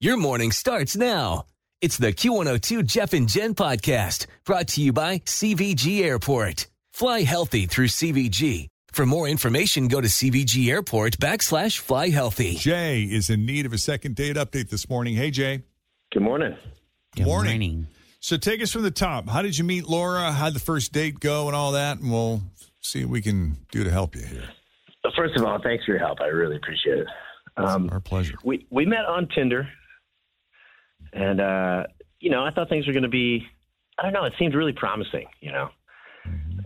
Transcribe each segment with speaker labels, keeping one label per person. Speaker 1: Your morning starts now. It's the Q102 Jeff and Jen podcast brought to you by CVG Airport. Fly healthy through CVG. For more information, go to CVG Airport backslash fly healthy.
Speaker 2: Jay is in need of a second date update this morning. Hey, Jay.
Speaker 3: Good morning.
Speaker 4: Good
Speaker 2: Morning. So take us from the top. How did you meet Laura? How'd the first date go and all that? And we'll see what we can do to help you here.
Speaker 3: First of all, thanks for your help. I really appreciate it.
Speaker 2: It's
Speaker 3: Um,
Speaker 2: our pleasure.
Speaker 3: we we met on Tinder, and uh, you know I thought things were going to be. I don't know. It seemed really promising. You know,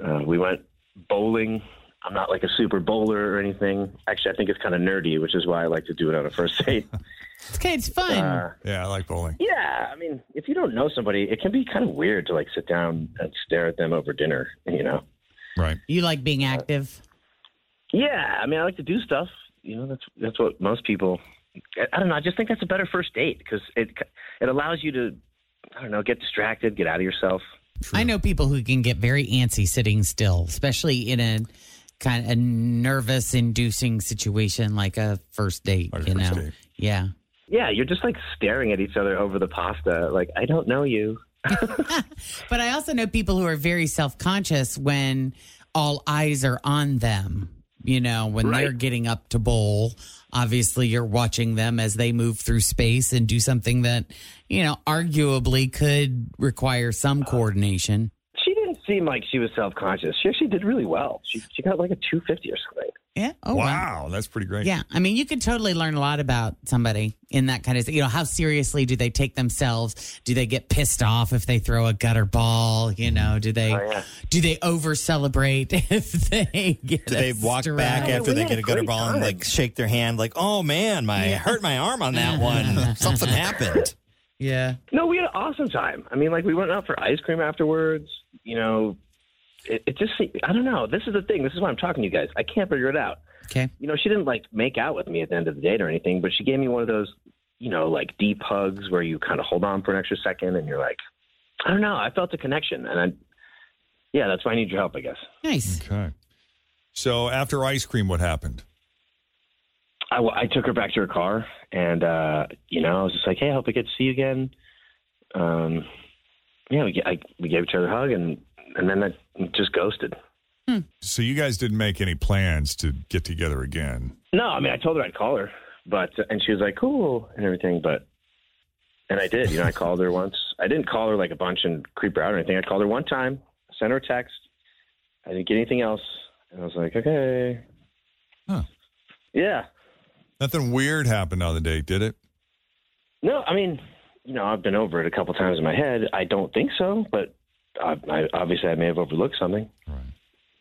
Speaker 3: uh, we went bowling. I'm not like a super bowler or anything. Actually, I think it's kind of nerdy, which is why I like to do it on a first date.
Speaker 4: It's okay. It's fun.
Speaker 3: Uh,
Speaker 2: Yeah, I like bowling.
Speaker 3: yeah, I mean, if you don't know somebody, it can be kind of weird to like sit down and stare at them over dinner. You know.
Speaker 2: Right.
Speaker 4: you like being
Speaker 2: uh,
Speaker 4: active.
Speaker 3: Yeah, I mean, I like to do stuff. You know, that's that's what most people. I, I don't know. I just think that's a better first date because it it allows you to, I don't know, get distracted, get out of yourself.
Speaker 4: I know people who can get very antsy sitting still, especially in a kind of a nervous inducing situation like a first date,
Speaker 2: Like a
Speaker 4: you
Speaker 2: first
Speaker 4: know.
Speaker 2: date.
Speaker 4: Yeah.
Speaker 3: Yeah, you're just like staring at each other over the pasta. Like I don't know you.
Speaker 4: But I also know people who are very self-conscious when all eyes are on them. You know, when
Speaker 3: Right.
Speaker 4: they're getting up to bowl, obviously you're watching them as they move through space and do something that, you know, arguably could require some
Speaker 2: Uh,
Speaker 4: coordination.
Speaker 3: She didn't seem like she was self conscious. She actually did really well. She she got like a two fifty or something.
Speaker 4: Yeah. Oh,
Speaker 2: wow, that's pretty great.
Speaker 4: Yeah, I mean, you could totally learn a lot about somebody in that kind of, you know, how seriously do they take themselves? Do they get pissed off if they throw a gutter ball? You know, do they
Speaker 3: Oh, yeah.
Speaker 4: do they over celebrate if they get?
Speaker 5: Do they
Speaker 4: a
Speaker 5: walk
Speaker 4: strike?
Speaker 5: back after
Speaker 3: we
Speaker 5: they
Speaker 3: had
Speaker 5: get
Speaker 3: a
Speaker 5: a gutter
Speaker 3: great
Speaker 5: ball and like
Speaker 3: time.
Speaker 5: shake their hand, like, "Oh man, my I hurt my arm on that one. Something happened."
Speaker 4: Yeah,
Speaker 3: No, we had an awesome time. I mean, like we went out for ice cream afterwards. You know, it, it just se- I don't know. This is the thing. This is why I'm talking to you guys. I can't figure it out.
Speaker 4: okay.
Speaker 3: you know, she didn't like make out with me at the end of the date or anything, but she gave me one of those, you know, like deep hugs where you kind of hold on for an extra second and you're like, I don't know, I felt a connection, and I, yeah, that's why I need your help, I guess.
Speaker 4: Nice.
Speaker 2: Okay. So after ice cream, what happened?
Speaker 3: I, w- I took her back to her car, and uh, you know, I was just like, hey, I hope I get to see you again. Um, yeah, we g I we gave each other a hug, and and then I just ghosted.
Speaker 2: So you guys didn't make any plans to get together again.
Speaker 3: No, I mean, I told her I'd call her, but and she was like, "Cool" and everything, but and I did. You know, I called her once. I didn't call her like a bunch and creep her out or anything. I called her one time, sent her a text. I didn't get anything else, and I was like, "Okay."
Speaker 2: Huh.
Speaker 3: Yeah.
Speaker 2: Nothing weird happened on the date, did it?
Speaker 3: No, I mean, you know, I've been over it a couple times in my head. I don't think so, but I, I obviously I may have overlooked something.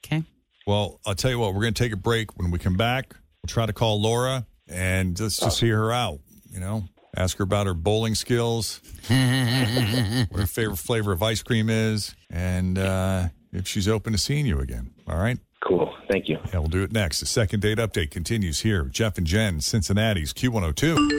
Speaker 4: Okay.
Speaker 2: Well, I'll tell you what, we're going to take a break. When we come back, we'll try to call Laura and let's just hear her out, you know? Ask her about her bowling skills, what her favorite flavor of ice cream is, and uh, if she's open to seeing you again. All right?
Speaker 3: Cool. Thank you.
Speaker 2: Yeah, we'll do it next. The second date update continues here. with Jeff and Jen, Cincinnati's Q102.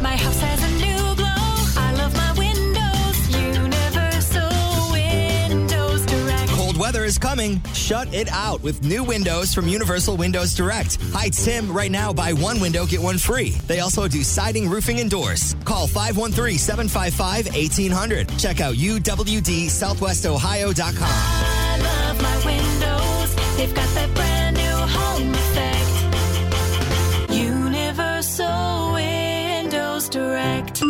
Speaker 6: My house has a new glow. I love my windows. Universal Windows Direct.
Speaker 5: Cold weather is coming. Shut it out with new windows from Universal Windows Direct. Hi, Tim. Right now, buy one window, get one free. They also do siding, roofing, and doors. Call 513 755 1800. Check out uwdsouthwestohio.com.
Speaker 6: I love my windows. They've got that brand new home effect. Universal Windows Direct.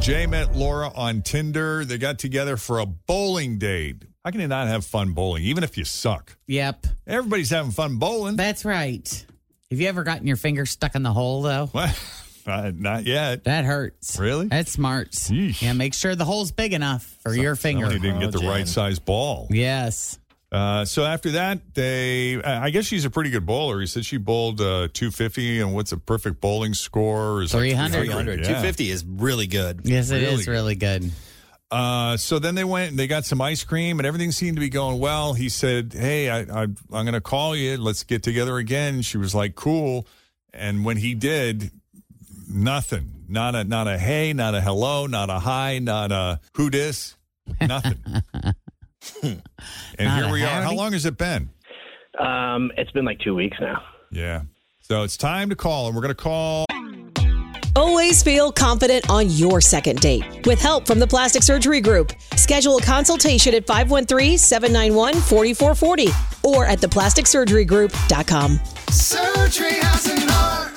Speaker 2: Jay met Laura on Tinder. They got together for a bowling date. How can you not have fun bowling, even if you suck?
Speaker 4: Yep.
Speaker 2: Everybody's having fun bowling.
Speaker 4: That's right. Have you ever gotten your finger stuck in the hole, though?
Speaker 2: What? Uh, Not yet.
Speaker 4: That hurts.
Speaker 2: Really?
Speaker 4: That smarts.
Speaker 2: Yeesh.
Speaker 4: Yeah, make sure the hole's big enough for your finger.
Speaker 2: Somebody didn't get the
Speaker 7: Oh,
Speaker 2: right
Speaker 7: Jan.
Speaker 2: size ball.
Speaker 4: Yes.
Speaker 2: Uh, so after that, they, uh, I I guess she's a pretty good bowler. He said she bowled uh, 250, and what's a perfect bowling score? Is like
Speaker 4: 300.
Speaker 7: 300.
Speaker 2: yeah.
Speaker 7: 250 is really good.
Speaker 4: Yes, it is
Speaker 2: Really good.
Speaker 4: really good.
Speaker 2: Uh, so then they went and they got some ice cream, and everything seemed to be going well. He said, Hey, I, I, I'm going to call you. Let's get together again. She was like, Cool. And when he did, nothing. Not a not a hey, not a hello, not a hi, not a who dis, nothing. and
Speaker 4: Not
Speaker 2: here
Speaker 4: a
Speaker 2: we are. How
Speaker 4: howdy.
Speaker 2: long has it been?
Speaker 3: Um, it's been like two weeks now.
Speaker 2: Yeah. So it's time to call, and we're going to call.
Speaker 6: Always feel confident on your second date with help from the Plastic Surgery Group. Schedule a consultation at 513 791 4440 or at theplasticsurgerygroup.com.
Speaker 5: Surgery has an art.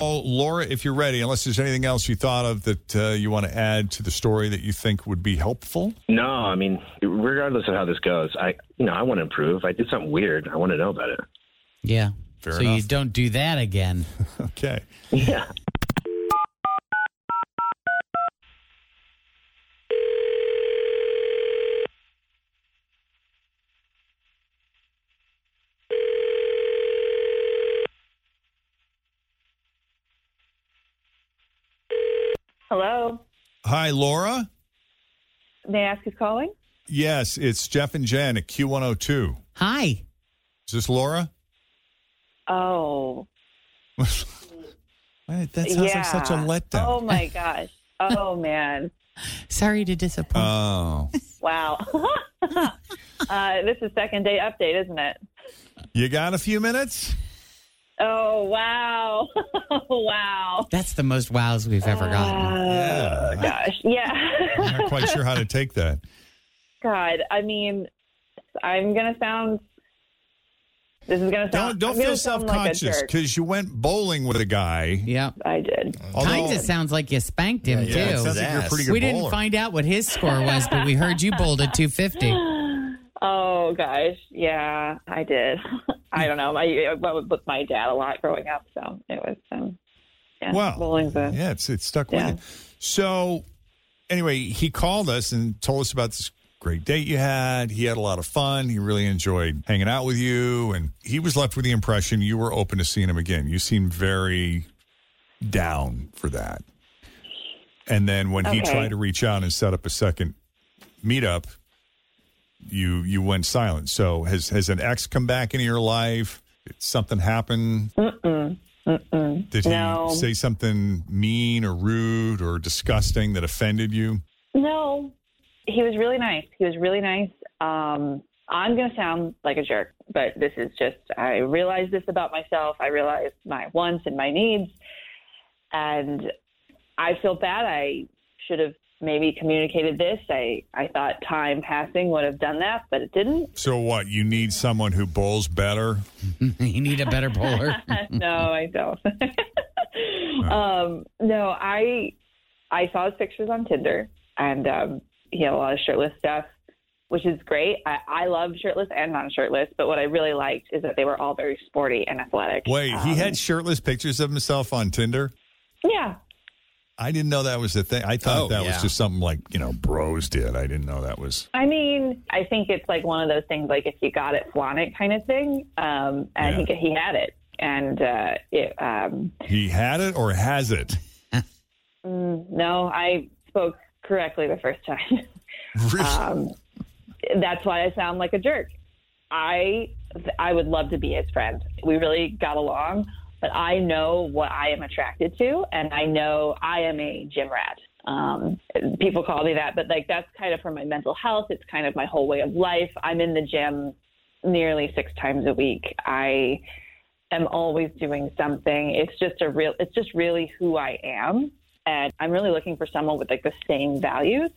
Speaker 2: Oh, Laura, if you're ready, unless there's anything else you thought of that uh, you want to add to the story that you think would be helpful.
Speaker 3: No, I mean, regardless of how this goes, I, you know, I want to improve. I did something weird. I want to know about it.
Speaker 4: Yeah.
Speaker 2: Fair
Speaker 4: so
Speaker 2: enough.
Speaker 4: you don't do that again.
Speaker 2: Okay.
Speaker 3: Yeah.
Speaker 6: Hello.
Speaker 2: Hi, Laura.
Speaker 6: May I ask who's calling?
Speaker 2: Yes, it's Jeff and Jen at Q102.
Speaker 4: Hi.
Speaker 2: Is this Laura?
Speaker 6: Oh.
Speaker 2: Wait, that sounds like such a
Speaker 6: yeah. Oh
Speaker 2: letdown.
Speaker 6: my gosh. Oh man.
Speaker 4: Sorry to disappoint.
Speaker 6: Uh,
Speaker 2: Oh,
Speaker 6: Wow. uh, this is second day update, isn't it?
Speaker 2: you got a few minutes?
Speaker 6: Oh wow. wow.
Speaker 4: That's the most wows we've ever gotten.
Speaker 2: Yeah.
Speaker 6: Gosh. Yeah.
Speaker 2: I'm not quite sure how to take that.
Speaker 6: God. I mean, I'm gonna sound. This is gonna
Speaker 2: Don't
Speaker 6: sound.
Speaker 2: don't
Speaker 6: I'm gonna
Speaker 2: feel
Speaker 6: sound
Speaker 2: self
Speaker 6: like a
Speaker 2: conscious
Speaker 6: jerk.
Speaker 2: because you went bowling with a guy.
Speaker 4: Yeah.
Speaker 6: I did.
Speaker 2: Although-
Speaker 4: Kind of sounds like you spanked him,
Speaker 7: Yeah,
Speaker 4: too.
Speaker 7: yeah,
Speaker 2: it sounds like you're a pretty good
Speaker 4: we
Speaker 2: bowler.
Speaker 4: didn't find out what his score was, but we heard you bowled at 250.
Speaker 6: Oh gosh. Yeah, I did. I don't know. I I went with my dad a lot growing up, so it was. Um, yeah,
Speaker 2: Wow.
Speaker 6: bowling's a-
Speaker 2: Yeah, it's it's stuck
Speaker 6: Yeah.
Speaker 2: with you. So anyway, he called us and told us about this great date you had. He had a lot of fun. He really enjoyed hanging out with you, and he was left with the impression you were open to seeing him again. You seemed very down for that. And then when he
Speaker 6: Okay.
Speaker 2: tried to reach out and set up a second meetup, you you went silent. So has has an ex come back into your life? Did something happen? Did he
Speaker 6: No.
Speaker 2: say something mean or rude or disgusting that offended you?
Speaker 6: No, he was really nice. He was really nice. Um, I'm going to sound like a jerk, but this is just, I realize this about myself. I realize my wants and my needs. And I feel bad. I should have maybe communicated this. I, I thought time passing would have done that, but it didn't.
Speaker 2: So what? You need someone who bowls better.
Speaker 4: you need a better bowler.
Speaker 6: no, I don't. um, no, I I saw his pictures on Tinder, and um, he had a lot of shirtless stuff, which is great. I, I love shirtless and non-shirtless, but what I really liked is that they were all very sporty and athletic.
Speaker 2: Wait, he
Speaker 6: Um,
Speaker 2: had shirtless pictures of himself on Tinder.
Speaker 6: yeah,
Speaker 2: I didn't know that was a thing. I thought
Speaker 7: Oh,
Speaker 2: that
Speaker 7: yeah.
Speaker 2: was just something like you know bros did. I didn't know that was.
Speaker 6: I mean, I think it's like one of those things, like if you got it, flaunt it, kind of thing. Um, and
Speaker 2: Yeah.
Speaker 6: I think he had it, and uh, it, um,
Speaker 2: He had it or has it?
Speaker 6: mm, no, I spoke correctly the first time. um, that's why I sound like a jerk. I I would love to be his friend. We really got along, but I know what I am attracted to, and I know I am a gym rat.
Speaker 7: Um, people call me that, but like that's kind of for my mental health. It's kind of my whole way of life. I'm in the gym nearly six times a week. I am always doing something. It's just a real. It's just really who I am, and I'm really looking for someone with like the same values.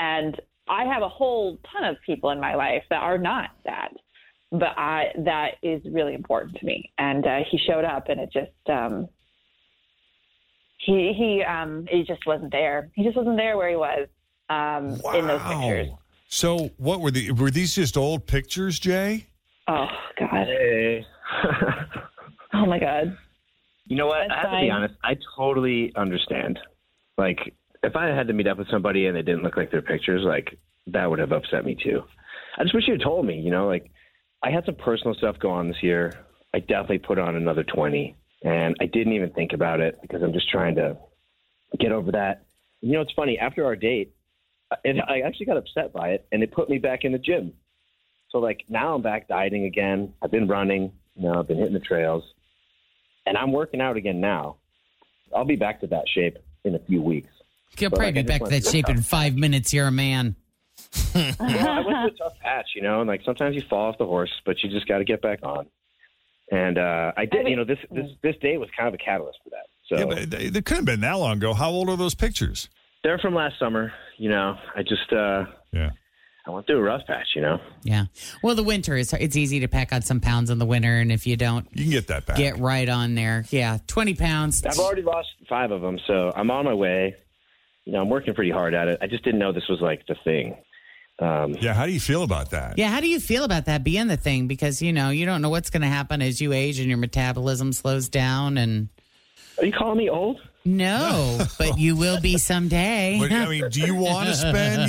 Speaker 7: And I have a whole ton of people in my life that are not that, but I that is really important to me. And uh, he showed up, and it just um, he he um he just wasn't there. He just wasn't there where he was um in those pictures.
Speaker 2: Wow. So what were the were these just old pictures, Jay?
Speaker 7: Oh God.
Speaker 3: Hey.
Speaker 7: Oh my God.
Speaker 3: you know what?
Speaker 7: That's
Speaker 3: I have to be
Speaker 7: fine.
Speaker 3: honest. I totally understand. Like, if I had to meet up with somebody and they didn't look like their pictures, like that would have upset me too. I just wish you had told me. You know, like I had some personal stuff go on this year. I definitely put on another twenty, and I didn't even think about it because I'm just trying to get over that. You know, it's funny. After our date, uh, and I actually got upset by it, and it put me back in the gym. So like now I'm back dieting again. I've been running. You know, I've been hitting the trails, and I'm working out again now. I'll be back to that shape in a few weeks.
Speaker 4: You'll
Speaker 3: But,
Speaker 4: probably
Speaker 3: like, I
Speaker 4: be
Speaker 3: just
Speaker 4: back to
Speaker 3: wanted
Speaker 4: that
Speaker 3: to
Speaker 4: shape in five minutes. You're a man.
Speaker 3: Yeah, I went through a tough patch, you know, and like sometimes you fall off the horse, but you just got to get back on. And uh, I did, you know, this this this day was kind of a catalyst for that. So
Speaker 2: Yeah, but they, they couldn't have been that long ago. How old are those pictures?
Speaker 3: they're from last summer, you know. I just uh,
Speaker 2: Yeah.
Speaker 3: I went through a rough patch, you know.
Speaker 4: Yeah. Well, the winter is it's easy to pack on some pounds in the winter, and if you don't
Speaker 2: You can get that back.
Speaker 4: get right on there, yeah, twenty pounds.
Speaker 3: I've already lost five of them, so I'm on my way. You know, I'm working pretty hard at it. I just didn't know this was like the thing. Um,
Speaker 2: Yeah, how do you feel about that?
Speaker 4: Yeah, how do you feel about that being the thing? Because you know you don't know what's going to happen as you age and your metabolism slows down. And
Speaker 3: are you calling me old?
Speaker 4: no, but you will be someday.
Speaker 2: What- I mean, do you want to spend,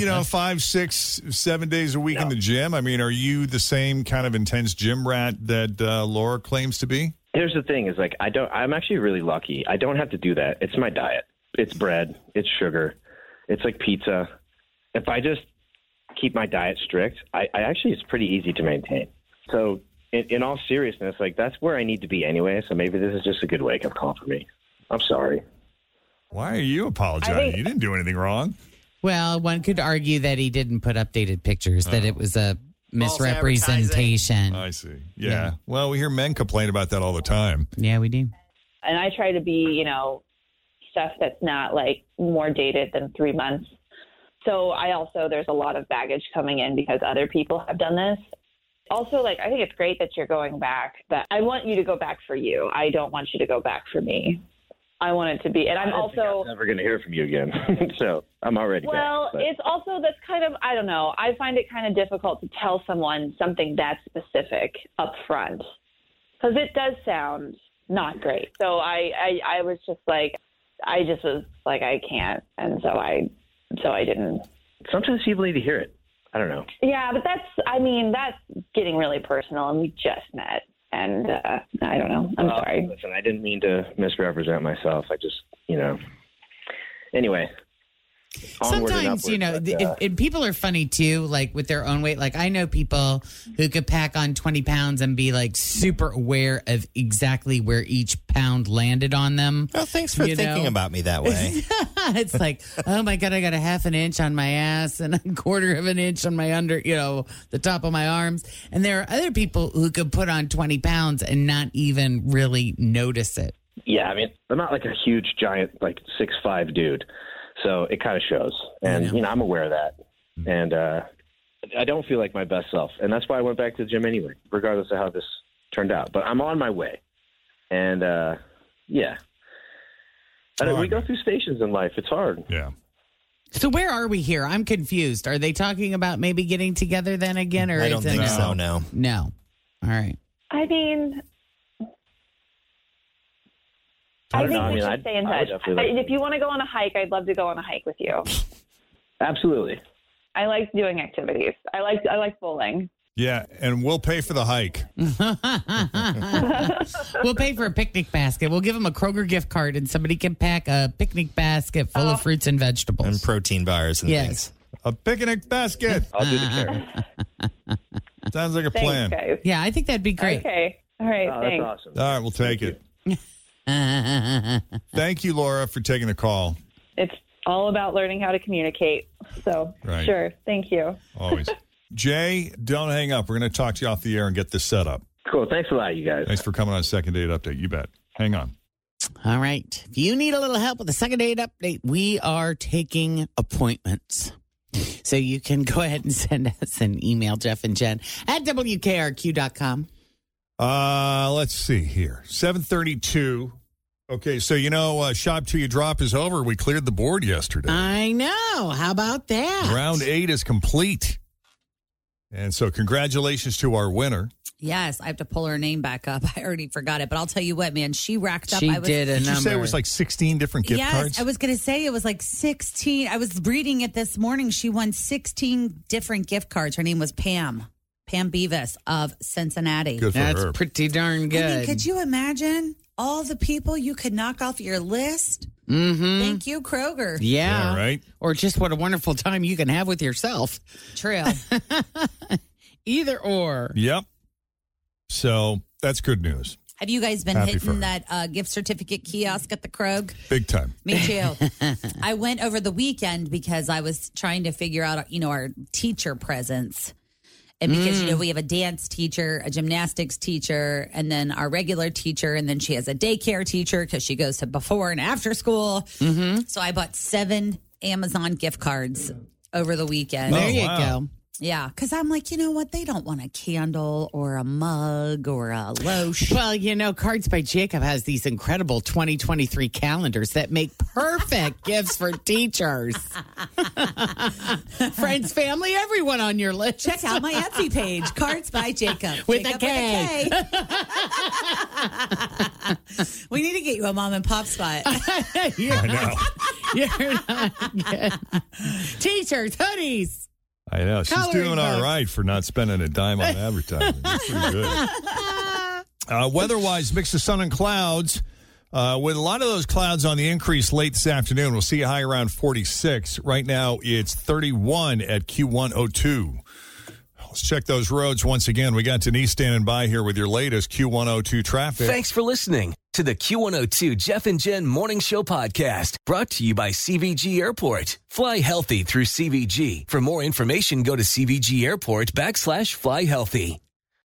Speaker 2: you know, five, six, seven days a week in the gym? I mean, are you the same kind of intense gym rat that uh, Laura claims to be?
Speaker 3: Here's the thing: is like I don't. I'm actually really lucky. I don't have to do that. It's my diet. It's bread. It's sugar. It's like pizza. If I just keep my diet strict, I, I actually it's pretty easy to maintain. So, in, in all seriousness, like that's where I need to be anyway. So maybe this is just a good wake up call for me. I'm sorry.
Speaker 2: Why are you apologizing? you didn't do anything wrong.
Speaker 4: Well, one could argue that he didn't put updated pictures; that it was a misrepresentation.
Speaker 2: I see. Yeah. Well, we hear men complain about that all the time.
Speaker 4: yeah, we do.
Speaker 7: And I try to be, you know, stuff that's not like more dated than three months. So I also there's a lot of baggage coming in because other people have done this. Also, like I think it's great that you're going back, but I want you to go back for you. I don't want you to go back for me. I want it to be, and I'm also
Speaker 3: Never gonna hear from you again. so I'm already.
Speaker 7: Well,
Speaker 3: back, but-
Speaker 7: it's also that's kind of I don't know. I find it kind of difficult to tell someone something that specific up front because it does sound not great. So I, I I was just like I just was like I can't, and so I so I didn't.
Speaker 3: sometimes people need to hear it. I don't know.
Speaker 7: Yeah, but that's I mean that's getting really personal, and we just met, and uh, I don't know. I'm
Speaker 3: Well,
Speaker 7: sorry.
Speaker 3: Listen, I didn't mean to misrepresent myself. I just, you know. Anyway. onward and
Speaker 4: Sometimes, you know,
Speaker 3: upward,
Speaker 4: th-
Speaker 3: but, uh,
Speaker 4: and- and people are funny too, like with their own weight. Like, I know people who could pack on 20 pounds and be like super aware of exactly where each pound landed on them.
Speaker 5: Well, Oh, thanks for
Speaker 4: You
Speaker 5: thinking
Speaker 4: know?
Speaker 5: about me that way.
Speaker 4: it's like, oh my God, I got a half an inch on my ass and a quarter of an inch on my under, you know, the top of my arms. And there are other people who could put on 20 pounds and not even really notice it.
Speaker 3: yeah, I mean, I'm not like a huge, giant, like six five dude, so it kind of shows, and you know, I'm aware of that,
Speaker 4: Mm-hmm.
Speaker 3: and uh, I don't feel like my best self, and that's why I went back to the gym anyway, regardless of how this turned out. But I'm on my way, and uh, yeah, I don't- we go through stations in life. It's hard.
Speaker 2: Yeah.
Speaker 4: So where are we here? I'm confused. Are they talking about maybe getting together then again, or
Speaker 5: I
Speaker 4: is
Speaker 5: don't
Speaker 4: it
Speaker 5: think
Speaker 4: no?
Speaker 5: so, no.
Speaker 4: No. All right.
Speaker 7: I mean,
Speaker 3: I
Speaker 7: I,
Speaker 3: don't
Speaker 7: think
Speaker 3: know. I
Speaker 7: we
Speaker 3: mean,
Speaker 7: should
Speaker 3: I'd-
Speaker 7: stay in
Speaker 3: I would
Speaker 7: touch.
Speaker 3: definitely like
Speaker 7: I-
Speaker 3: to.
Speaker 7: if you want to go on a hike, I'd love to go on a hike with you.
Speaker 3: Absolutely.
Speaker 7: I like doing activities. I like I like bowling.
Speaker 2: Yeah. And we'll pay for the hike.
Speaker 4: we'll pay for a picnic basket. We'll give them a Kroger gift card, and somebody can pack a picnic basket full
Speaker 7: Oh.
Speaker 4: of fruits and vegetables.
Speaker 5: And protein bars and
Speaker 4: yes.
Speaker 5: things.
Speaker 2: A picnic basket.
Speaker 3: I'll do the carrots.
Speaker 2: Sounds like a
Speaker 7: Thanks,
Speaker 2: plan.
Speaker 7: guys.
Speaker 4: Yeah, I think that'd be great.
Speaker 7: Okay. All right.
Speaker 3: Oh, that's
Speaker 7: thanks.
Speaker 3: awesome.
Speaker 2: All right, we'll take it. Thank you, Laura, for taking the call.
Speaker 7: It's all about learning how to communicate. So,
Speaker 2: Right.
Speaker 7: sure. Thank you.
Speaker 2: Always. Jay, don't hang up. We're going to talk to you off the air and get this set up.
Speaker 3: Cool. Thanks a lot, you guys.
Speaker 2: Thanks for coming on Second Date Update. You bet. Hang on.
Speaker 4: All right. If you need a little help with the second date update, we are taking appointments. So you can go ahead and send us an email, Jeff and Jen at WKRQ.com.
Speaker 2: Uh, let's see here. 732. Okay, so you know, uh, Shop Till You Drop is over. We cleared the board yesterday.
Speaker 4: I know. How about that?
Speaker 2: Round eight is complete. And so, congratulations to our winner.
Speaker 8: Yes, I have to pull her name back up. I already forgot it, but I'll tell you what, man, she racked up.
Speaker 4: She
Speaker 8: I was,
Speaker 4: did a
Speaker 2: Did you
Speaker 4: number.
Speaker 2: say it was like 16 different gift
Speaker 8: yes,
Speaker 2: cards?
Speaker 8: I was going to say it was like 16. I was reading it this morning. She won 16 different gift cards. Her name was Pam, Pam Beavis of Cincinnati.
Speaker 2: Good for
Speaker 4: That's
Speaker 2: her.
Speaker 4: pretty darn
Speaker 8: I mean,
Speaker 4: good.
Speaker 8: could you imagine all the people you could knock off your list?
Speaker 4: mm-hmm.
Speaker 8: Thank you, Kroger.
Speaker 4: Yeah.
Speaker 2: Yeah, right?
Speaker 4: Or just what a wonderful time you can have with yourself.
Speaker 8: True.
Speaker 4: Either or.
Speaker 2: Yep. So, that's good news.
Speaker 8: Have you guys been
Speaker 2: Happy for her.
Speaker 8: hitting that uh, gift certificate kiosk at the Krog?
Speaker 2: Big time.
Speaker 8: Me too. I went over the weekend because I was trying to figure out, you know, our teacher presence. And because, you know, we have a dance teacher, a gymnastics teacher, and then our regular teacher. And then she has a daycare teacher because she goes to before and after school. So I bought seven Amazon gift cards over the weekend.
Speaker 4: There you
Speaker 2: wow.
Speaker 4: go.
Speaker 8: Yeah. Because I'm like, you know what? They don't want a candle or a mug or a lotion.
Speaker 4: Well, you know, Cards by Jacob has these incredible 2023 calendars that make perfect gifts for teachers. Friends, family, everyone on your list.
Speaker 8: Check out my Etsy page, Cards by Jacob.
Speaker 4: With
Speaker 8: Jacob
Speaker 4: a
Speaker 8: K. we need to get you a mom and pop spot.
Speaker 2: I know.
Speaker 4: You're not good. T-shirts, hoodies.
Speaker 2: I know. She's
Speaker 4: Coloring
Speaker 2: doing all
Speaker 4: book.
Speaker 2: right for not spending a dime on advertising. That's pretty good. Uh, weather-wise, mix of sun and clouds. Uh, with a lot of those clouds on the increase late this afternoon, we'll see a high around 46. Right now, it's 31 at Q102. Let's check those roads once again. We got Denise standing by here with your latest Q102 traffic.
Speaker 1: Thanks for listening to the Q102 Jeff and Jen Morning Show podcast brought to you by CVG Airport. Fly healthy through CVG. For more information, go to CVG Airport backslash fly healthy.